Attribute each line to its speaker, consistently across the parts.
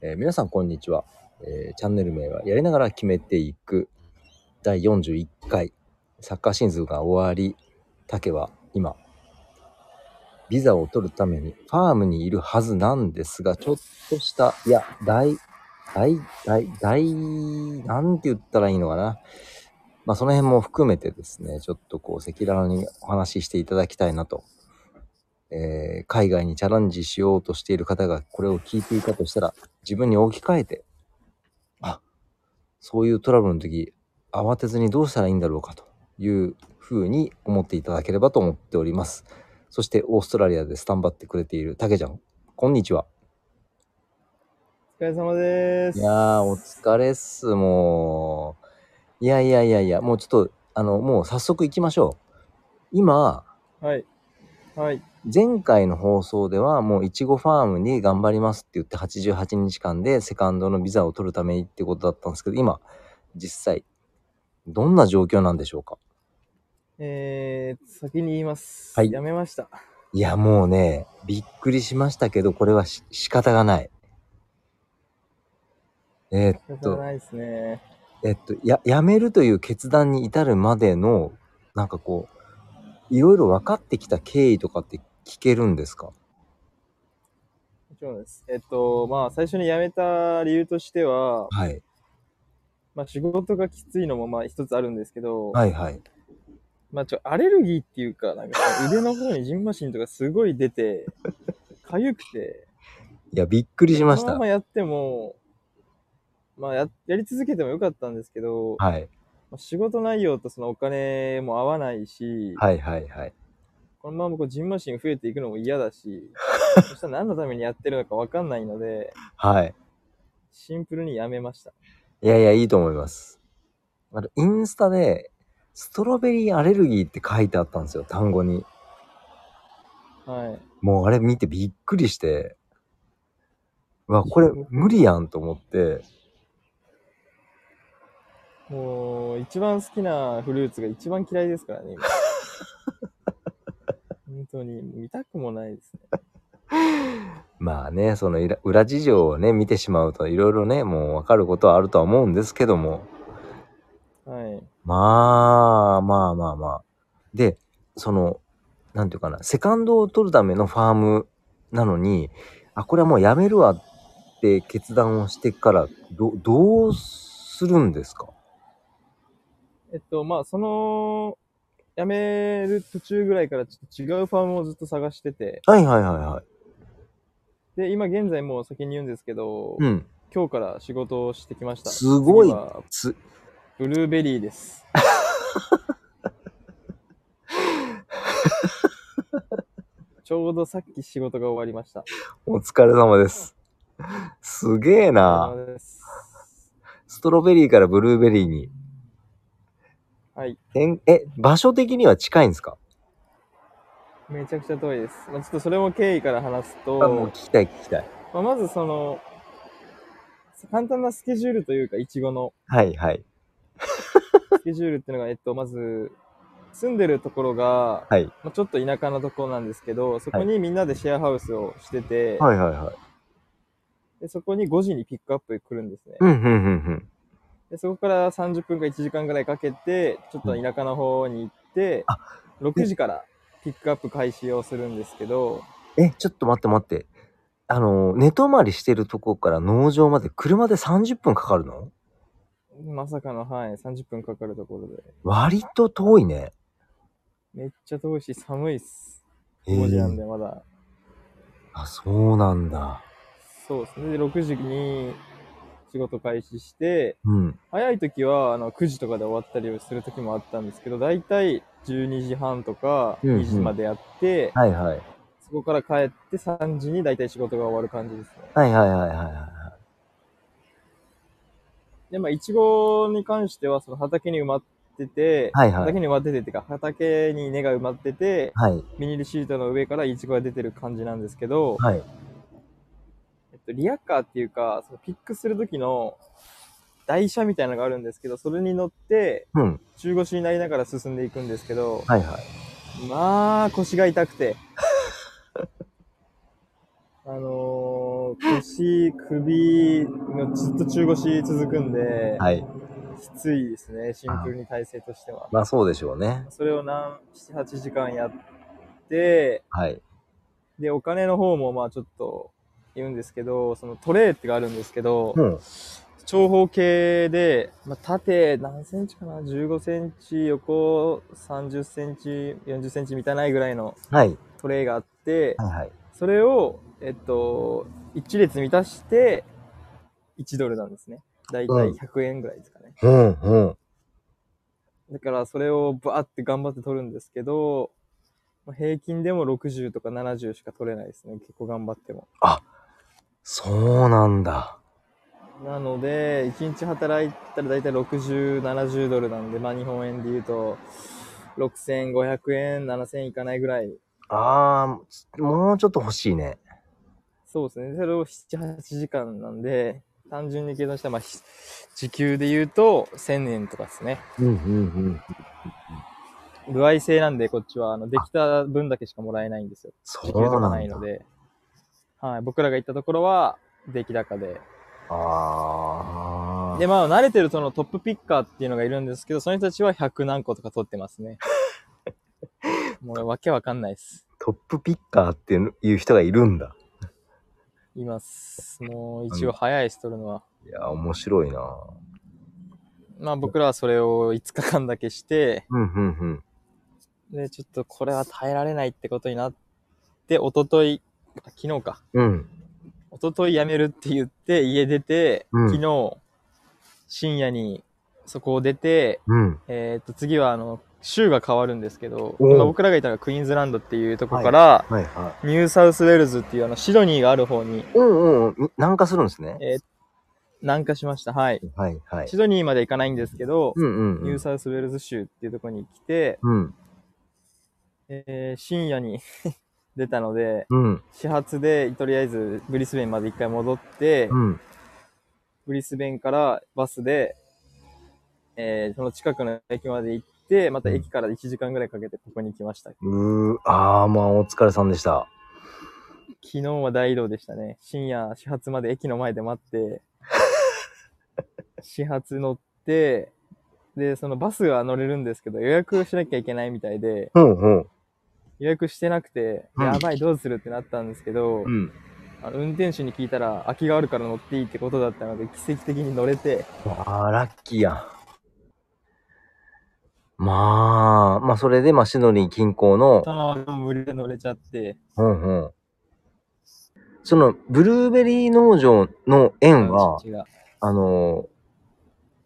Speaker 1: えー皆さんこんにちは、えーチャンネル名はやりながら決めていく第41回サッカーシーズンが終わり竹は今ビザを取るためにファームにいるはずなんですがちょっとしたいや大大大大なんて言ったらいいのかなまあその辺も含めてですねちょっとこう赤裸々にお話ししていただきたいなとえー海外にチャレンジしようとしている方がこれを聞いていたとしたら自分に置き換えてあそういうトラブルの時慌てずにどうしたらいいんだろうかというふうに思っていただければと思っておりますそしてオーストラリアでスタンバってくれているたけちゃんこんにちは
Speaker 2: お疲れ様です。
Speaker 1: いやーお疲れっすもういやいやいやいやもうちょっとあのもう早速行きましょう今
Speaker 2: はい。はい。
Speaker 1: 前回の放送ではもういちごファームに頑張りますって言って88日間でセカンドのビザを取るためにってことだったんですけど今実際どんな状況なんでしょうか
Speaker 2: えー、先に言います。
Speaker 1: はい
Speaker 2: やめました。
Speaker 1: いやもうねびっくりしましたけどこれはし仕方がないえー
Speaker 2: 仕
Speaker 1: っ
Speaker 2: 方
Speaker 1: と
Speaker 2: ないですね。
Speaker 1: えっとややめるという決断に至るまでのなんかこういろいろ分かってきた経緯とかって聞けるんですか
Speaker 2: もちろんです。えっと、まあ、最初に辞めた理由としては、
Speaker 1: はい
Speaker 2: まあ、仕事がきついのも、まあ、一つあるんですけど、
Speaker 1: はいはい
Speaker 2: まあ、ちょ、アレルギーっていうか、なんか、腕の方にジンマシンとかすごい 出て、かゆくて、
Speaker 1: いやびっくりしまし
Speaker 2: この
Speaker 1: た
Speaker 2: ままやっても、まあや、やり続けてもよかったんですけど、
Speaker 1: はい
Speaker 2: まあ仕事内容とそのお金も合わないし、
Speaker 1: はいはいはい
Speaker 2: このままこうジンマシン増えていくのも嫌 だし、そしたら何のためにやってるのか分かんないので、
Speaker 1: はい。
Speaker 2: シンプルにやめました。
Speaker 1: いやいや、いいと思います。あの、インスタで、ストロベリーアレルギーって書いてあったんですよ、単語に。
Speaker 2: はい。
Speaker 1: もうあれ見てびっくりして、うわ、これ無理やんと思って、
Speaker 2: もう、一番好きなフルーツが一番嫌いですから ね、今本当に、見たくもないですね。
Speaker 1: まあね、そのいら裏事情をね、見てしまうといろいろね、もうわかることはあるとは思うんですけども、
Speaker 2: はい。
Speaker 1: まあ、まあまあまあ。で、その、なんていうかな、セカンドを取るためのファームなのに、あ、これはもうやめるわって決断をしてから、ど、どうするんですか
Speaker 2: えっと、まあ、その、辞める途中ぐらいからちょっと違うファームをずっと探してて、
Speaker 1: はいはいはいはい。
Speaker 2: で、今現在もう先に言うんですけど、
Speaker 1: うん。
Speaker 2: 今日から仕事をしてきました。
Speaker 1: すごい
Speaker 2: 次は
Speaker 1: つ、
Speaker 2: ブルーベリ ーです。ちょうどさっき仕事が終わりました。
Speaker 1: お疲れ様です。すげえ
Speaker 2: お疲
Speaker 1: な。
Speaker 2: れ様です
Speaker 1: ストロベリーからブルーベリーに。
Speaker 2: はい。
Speaker 1: えん、え、場所的には近いんですか
Speaker 2: めちゃくちゃ遠いです。まあ、ちょっとそれも経緯から話す
Speaker 1: あ、もう
Speaker 2: と、
Speaker 1: 聞きたい聞きたい。
Speaker 2: まあ、まずその、簡単なスケジュールというか、いちごの
Speaker 1: はいはい。
Speaker 2: スケジュールっていうのが、えっと、まず、住んでるところが、
Speaker 1: はい
Speaker 2: まあ、ちょっと田舎のところなんですけど、そこにみんなでシェアハウスをしてて、
Speaker 1: はいはいはい。
Speaker 2: でそこに5時にピックアップ来るんですね。
Speaker 1: うんうんうんうん。
Speaker 2: でそこから30分か1時間ぐらいかけてちょっと田舎の方に行って、
Speaker 1: あ
Speaker 2: 6時からピックアップ開始をするんですけど
Speaker 1: え、ちょっと待って待って。あの、寝泊まりしてるとこから農場まで車で30分かかるの
Speaker 2: まさかの、はい、30分かかるところで
Speaker 1: 割と遠いね。
Speaker 2: めっちゃ遠いし寒いっす
Speaker 1: へえ
Speaker 2: 5時なんでまだ、
Speaker 1: あ、そうなんだ。
Speaker 2: そうですねで6時に仕事開始して
Speaker 1: うん。
Speaker 2: 早い時はあの9時とかで終わったりをする時もあったんですけど大体12時半とか
Speaker 1: うんうん
Speaker 2: 2時までやって、
Speaker 1: はいはい。
Speaker 2: そこから帰って3時に大体仕事が終わる感じですね
Speaker 1: はいはいはいはいは
Speaker 2: で、まあ、いちごに関しては、その畑に埋まってて、
Speaker 1: はいはい
Speaker 2: 畑に埋まっててっていうか、畑に根が埋まってて、
Speaker 1: い。はい。
Speaker 2: ビニールシートの上からいちごが出てる感じなんですけど、
Speaker 1: はい。
Speaker 2: えっと、リアカーっていうか、そのピックする時の台車みたいなのがあるんですけど、それに乗って、
Speaker 1: うん。
Speaker 2: 中腰になりながら進んでいくんですけど、
Speaker 1: はいはい。
Speaker 2: まあ、腰が痛くて。あのーもう腰、首のずっと中腰続くんで、
Speaker 1: はい。
Speaker 2: きついですね、シンプルに体勢としては。
Speaker 1: まあそうでしょうね。
Speaker 2: それを何、7、8時間やって、
Speaker 1: はい。
Speaker 2: で、お金の方もまあちょっと言うんですけど、そのトレーってがあるんですけど、
Speaker 1: うん。
Speaker 2: 長方形で、まあ、縦何センチかな ?15 センチ、横30センチ、40センチ満たないぐらいの
Speaker 1: はい。
Speaker 2: トレイがあって、
Speaker 1: はいはい。
Speaker 2: それを、えっと、一列満たして、1ドルなんですね。だいたい
Speaker 1: うん
Speaker 2: 100円ぐらいですかね。
Speaker 1: うんうん。
Speaker 2: だからそれをバーって頑張って取るんですけど、まあ平均でも60とか70しか取れないですね。結構頑張っても。
Speaker 1: そうなんだ。
Speaker 2: なので、1日働いたら大体60、70ドルなんで、まあ日本円で言うと、6500円、7000いかないぐらい。
Speaker 1: ああ、もうちょっと欲しいね。
Speaker 2: そうですね。それを7、8時間なんで、単純に計算したら、まあ、ひ時給で言うと1000円とかですね。
Speaker 1: うんうんうん。
Speaker 2: 具合制なんで、こっちは、あの、できた分だけしかもらえないんですよ。
Speaker 1: そ
Speaker 2: 時給
Speaker 1: う
Speaker 2: とか
Speaker 1: な
Speaker 2: ない
Speaker 1: んだ
Speaker 2: の。で。はい。僕らが行ったところは、出来高で。
Speaker 1: ああ。
Speaker 2: で、まあ、慣れてるそのトップピッカーっていうのがいるんですけど、その人たちは100何個とか取ってます ね。もう、わけわかんないです。
Speaker 1: トップピッカーっていう人がいるんだ。
Speaker 2: います。もう、一応早いし、取るのは。
Speaker 1: いや、面白いな。
Speaker 2: まあ、僕らはそれを5日間だけして、
Speaker 1: うんうんうん。
Speaker 2: で、ちょっとこれは耐えられないってことになって、おととい、あ昨日か。
Speaker 1: うん。
Speaker 2: おととい辞めるって言って、家出て、
Speaker 1: うん
Speaker 2: 昨日、深夜にそこを出て、
Speaker 1: うん。
Speaker 2: えっと、次は、あの、州が変わるんですけど、
Speaker 1: おう
Speaker 2: 今僕らがいたのがクイーンズランドっていうとこから、
Speaker 1: はいは
Speaker 2: ニューサウスウェルズっていうあのシドニーがある方に
Speaker 1: い。うんうんうん。南下するんですね。
Speaker 2: えー南下しました。はい。
Speaker 1: はいはい
Speaker 2: シ。ドニーまで行かないんですけど、
Speaker 1: うんうんうん。
Speaker 2: ニューサウスウェルズ州っていうとこに来て、
Speaker 1: うん。
Speaker 2: えー深夜に 出たので、
Speaker 1: うん。
Speaker 2: 始発でとりあえずブリスベンまで一回戻って、
Speaker 1: うん。
Speaker 2: ブリスベンからバスで、えーその近くの駅まで行って、また駅から1時間ぐらいかけてここに来ました。
Speaker 1: うー、あー、まあ、お疲れさんでした。
Speaker 2: 昨日は大移動でしたね。深夜、始発まで駅の前で待って、 始発乗って、で、そのバスが乗れるんですけど、予約をしなきゃいけないみたいで、
Speaker 1: うんうん。
Speaker 2: 予約してなくて、
Speaker 1: うん
Speaker 2: やばい、どうするってなったんですけど、
Speaker 1: ん。
Speaker 2: あの運転手に聞いたら、空きがあるから乗っていいってことだったので、奇跡的に乗れて、
Speaker 1: あー、ラッキーやん。まあ、まあ、それで、まあ、シドニー近郊の
Speaker 2: そ、のまま無理で乗れちゃって、
Speaker 1: うんうん。その、ブルーベリー農場の園は、
Speaker 2: 父が
Speaker 1: あのー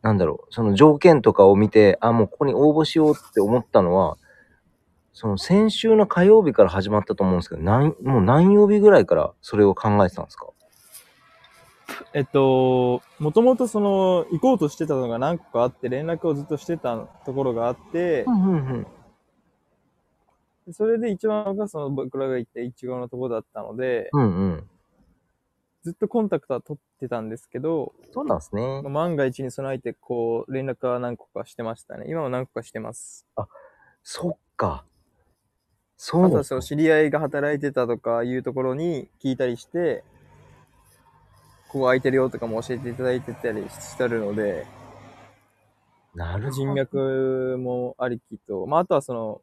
Speaker 1: なんだろう、その条件とかを見て、あ、もうここに応募しようって思ったのは、その先週の火曜日から始まったと思うんですけど、なんもう何曜日ぐらいからそれを考えてたんですか
Speaker 2: えっと、もともとその、行こうとしてたのが何個かあって、連絡をずっとしてたところがあって、
Speaker 1: んうんうん。
Speaker 2: それで一番上がその僕らが行ったイチゴのとこだったので、
Speaker 1: うんうん。
Speaker 2: ずっとコンタクトは取ってたんですけど、
Speaker 1: そうなんですね
Speaker 2: まあ。万が一に備えてこう、連絡は何個かしてましたね。今も何個かしてます。
Speaker 1: そっか。そう
Speaker 2: あ
Speaker 1: なん
Speaker 2: と
Speaker 1: で
Speaker 2: はその知り合いが働いてたとかいうところに聞いたりして、ここ空いてるよとかも教えていただいてたりしてるので、
Speaker 1: なるほど。
Speaker 2: 人脈もありきと、まあ、あとはその、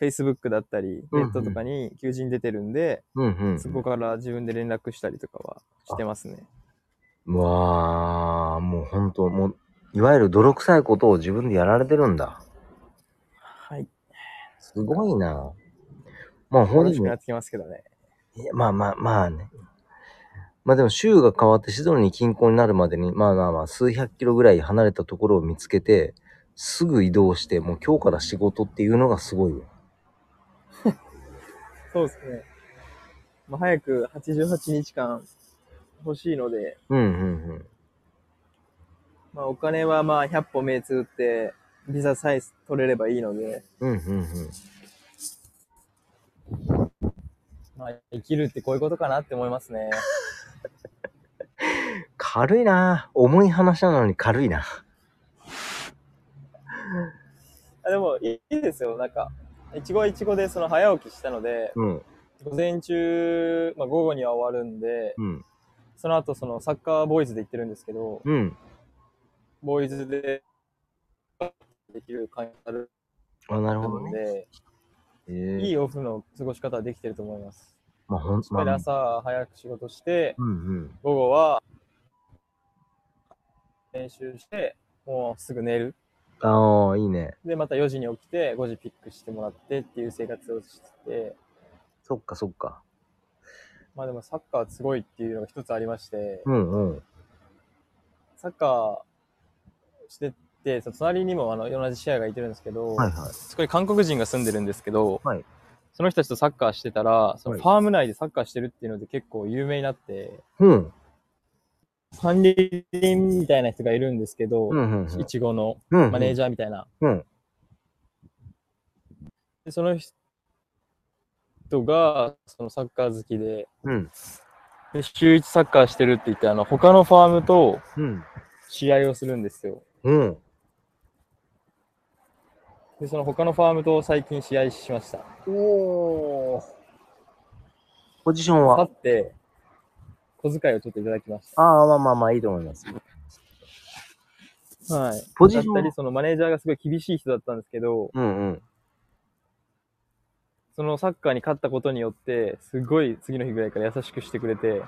Speaker 2: Facebook だったり、
Speaker 1: うん
Speaker 2: ネ
Speaker 1: うん
Speaker 2: ットとかに求人出てるんで、
Speaker 1: うんうんうん。
Speaker 2: そこから自分で連絡したりとかはしてますね。
Speaker 1: うわあ、もう本当もう、いわゆる泥臭いことを自分でやられてるんだ。
Speaker 2: はい。
Speaker 1: すごいな。まあ本
Speaker 2: 楽し
Speaker 1: 人
Speaker 2: く
Speaker 1: も
Speaker 2: なってきますけどね。
Speaker 1: いやまあまあまあね。まあでも州が変わってシドニー近郊になるまでに、まあまあまあ数百キロぐらい離れたところを見つけて、すぐ移動して、もう今日から仕事っていうのがすごいよ。
Speaker 2: そうですね。まあ、早く88日間欲しいので、
Speaker 1: うんうんうん。
Speaker 2: まあ、お金はまあ100歩目つぶって、ビザさえ取れればいいので、
Speaker 1: うんうんうん。
Speaker 2: まあ、生きるってこういうことかなって思いますね。
Speaker 1: 軽いな重い話なのに軽いな。
Speaker 2: あでも、いいですよ。なんか、いちごはいちごでその早起きしたので、
Speaker 1: うん。
Speaker 2: 午前中、まあ、午後には終わるんで、
Speaker 1: うん。
Speaker 2: その後、そのサッカーボーイズで行ってるんですけど、
Speaker 1: うん。
Speaker 2: ボーイズで、できる感じある
Speaker 1: あ、なるほど
Speaker 2: の
Speaker 1: ね。
Speaker 2: で、
Speaker 1: えー、
Speaker 2: い
Speaker 1: よ。
Speaker 2: いオフの過ごし方はできてると思います。
Speaker 1: まあ、ほん
Speaker 2: しっ
Speaker 1: ま
Speaker 2: かり
Speaker 1: あ、
Speaker 2: 朝早く仕事して、
Speaker 1: うんうん。
Speaker 2: 午後は練習して、もうすぐ寝る。
Speaker 1: ああ、いいね。
Speaker 2: で、また4時に起きて、5時ピックしてもらってっていう生活をしてて、
Speaker 1: そっかそっか。
Speaker 2: まあでもサッカーすごいっていうのが一つありまして、
Speaker 1: うんうん。
Speaker 2: サッカーしてて、その隣にもあの同じシェアがいてるんですけど、
Speaker 1: はいはい。
Speaker 2: すごい韓国人が住んでるんですけど、
Speaker 1: はい
Speaker 2: その人たちとサッカーしてたら、そ
Speaker 1: は
Speaker 2: の
Speaker 1: い
Speaker 2: ファーム内でサッカーしてるっていうので結構有名になって、
Speaker 1: うん。
Speaker 2: 管理人みたいな人がいるんですけど、
Speaker 1: うんうん
Speaker 2: いちごの
Speaker 1: うん。
Speaker 2: マネー
Speaker 1: ジ
Speaker 2: ジャーみたいな。
Speaker 1: うん
Speaker 2: でその人がそのサッカー好きで、
Speaker 1: うん。
Speaker 2: で週一サッカーしてるって言って、あの他のファームと
Speaker 1: うん。
Speaker 2: 試合をするんですよ。
Speaker 1: うん。
Speaker 2: で、その他のファームと最近試合しました。
Speaker 1: おお。ポジションは
Speaker 2: 勝って、小遣いをちょっといただきました。
Speaker 1: ああ、まあまあまあ、いいと思います。
Speaker 2: はい。
Speaker 1: ポジション
Speaker 2: だったり、そのマネージャーがすごい厳しい人だったんですけど、
Speaker 1: うんうん。
Speaker 2: そのサッカーに勝ったことによって、すごい次の日ぐらいから優しくしてくれ て、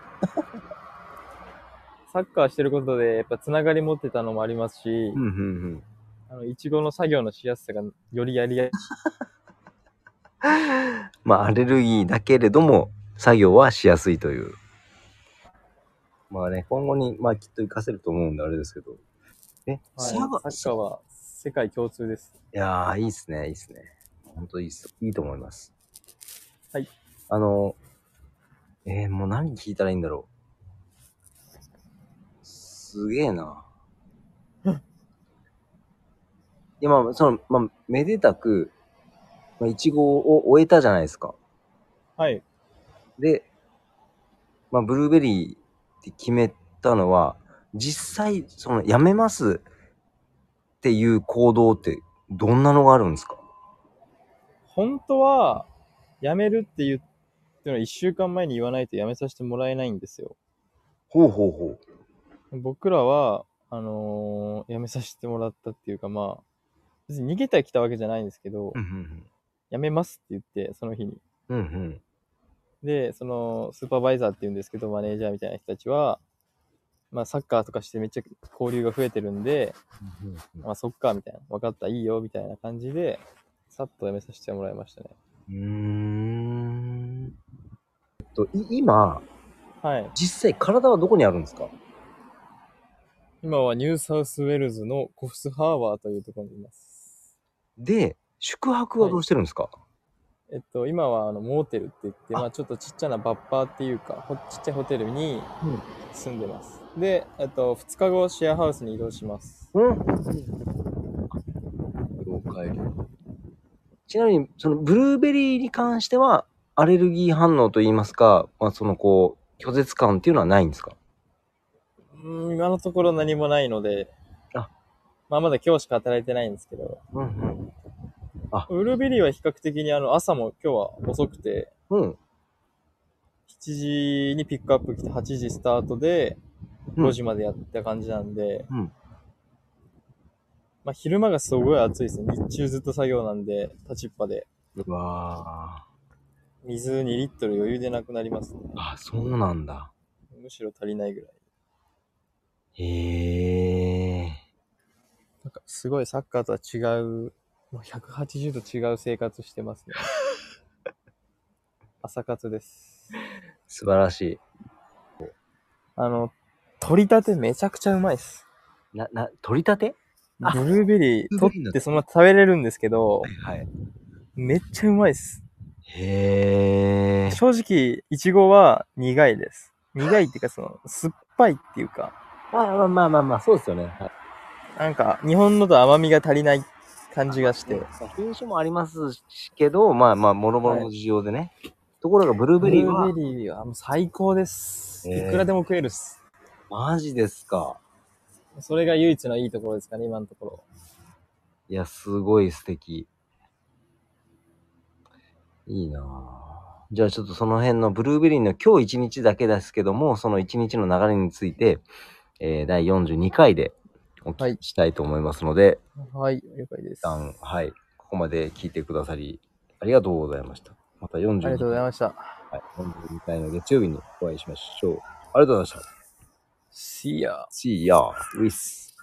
Speaker 2: サッカーしてることで、やっぱつながり持ってたのもありますし
Speaker 1: う、んうんうん。
Speaker 2: あの、いちごの作業のしやすさがよりやりやすい。
Speaker 1: まあ、アレルギーだけれども、作業はしやすいという。まあね、今後に、まあ、きっと活かせると思うんで、あれですけど。え、
Speaker 2: はい、
Speaker 1: サ
Speaker 2: サッ
Speaker 1: ガ
Speaker 2: カーは世界共通です。
Speaker 1: いやー、いいっすね、いいっすね。ほんといいっす。いいと思います。
Speaker 2: はい。
Speaker 1: あの、えー、もう何聞いたらいいんだろう。すげえな。いや、まあ、その、まあ、めでたく、まあ、いちごを終えたじゃないですか。
Speaker 2: はい。
Speaker 1: で、まあ、ブルーベリーって決めたのは、実際、その、やめますっていう行動って、どんなのがあるんですか
Speaker 2: 本当は、辞めるって言ってのは1週間前に言わないと辞めさせてもらえないんですよ。
Speaker 1: ほうほうほう。
Speaker 2: 僕らは、あのー辞めさせてもらったっていうか、まあ、別に逃げてきたわけじゃないんですけど、
Speaker 1: うん
Speaker 2: 辞めますって言って、その日に。
Speaker 1: うん。うんうん。
Speaker 2: で、その、スーパーバイザーって言うんですけど、マネージャーみたいな人たちは、まあ、サッカーとかしてめっちゃ交流が増えてるんで、まあ、そっか、みたいな。分かった、いいよ、みたいな感じで、さっと辞めさせてもらいましたね。
Speaker 1: うーん。えっと、い今、
Speaker 2: はい。
Speaker 1: 実際体はどこにあるんですか
Speaker 2: 今はニューサウスウェルズのコフスハーバーというところにいます。
Speaker 1: で、宿泊はどうしてるんですか、
Speaker 2: えっと、今はあのモーテルって言って、
Speaker 1: あ
Speaker 2: まあちょっとちっちゃなバッパーっていうか、ほちっちゃいホテルに
Speaker 1: うん
Speaker 2: 住んでます。で、えっと、2日後シェアハウスに移動します。
Speaker 1: うん。了解。ちなみに、そのブルーベリーに関しては、アレルギー反応といいますか、まあ、そのこう、拒絶感っていうのはないんですか
Speaker 2: うーん、今のところ何もないので、
Speaker 1: あ
Speaker 2: まあまだ今日しか働いてないんですけど、
Speaker 1: うん
Speaker 2: ウルーベリーは比較的にあの朝も今日は遅くて、
Speaker 1: うん。うん。
Speaker 2: 7時にピックアップ来て8時スタートで
Speaker 1: うん
Speaker 2: 5時までやった感じなんで、
Speaker 1: うん
Speaker 2: まあ、昼間がすごい暑いですね日中ずっと作業なんで立ちっぱで
Speaker 1: うわ
Speaker 2: 水2リットル余裕でなくなりますね
Speaker 1: ー。あ、そうなんだ。
Speaker 2: むしろ足りないぐらい
Speaker 1: へえ。
Speaker 2: なんかすごいサッカーとは違うもう180度違う生活してますね朝活です
Speaker 1: 素晴らしい。
Speaker 2: あの取り立てめちゃくちゃうまいです
Speaker 1: な、な、取り立て
Speaker 2: ブ
Speaker 1: あ
Speaker 2: ルーベリー
Speaker 1: ブルーベ
Speaker 2: 取
Speaker 1: リーなんだ
Speaker 2: ってそのまま食べれるんですけど
Speaker 1: はい。
Speaker 2: めっちゃうまいです
Speaker 1: へえ。
Speaker 2: 正直、いちごは苦いです。苦いっていうか、その、酸っぱいっていうか、
Speaker 1: まあまあまあまあまあ、そうですよね。はい
Speaker 2: なんか、日本のと甘みが足りない感じがして
Speaker 1: で、まあ品種もありますしけど、まあまあ、もろもろの事情でね。ところが、ブルー
Speaker 2: ブ
Speaker 1: ベ
Speaker 2: ル
Speaker 1: リーは
Speaker 2: ー、ベリーはもう最高です。
Speaker 1: えー
Speaker 2: いくらでも食えるっす。
Speaker 1: マジですか。
Speaker 2: それが唯一のいいところですかね、今のところ。
Speaker 1: いや、すごい素敵。いいなぁ。じゃあちょっとその辺のブルーベリーの今日一日だけですけども、その一日の流れについて、えー、第42回でお聞きしたいと思いますので、
Speaker 2: はい、了解です。
Speaker 1: 一
Speaker 2: あ
Speaker 1: 旦、はい、ここまで聞いてくださり、ありがとうございました。また42
Speaker 2: りがとうございました。
Speaker 1: はい、42回の月曜日にお会いしましょう。ありがとうございました。
Speaker 2: See ya!
Speaker 1: See ya with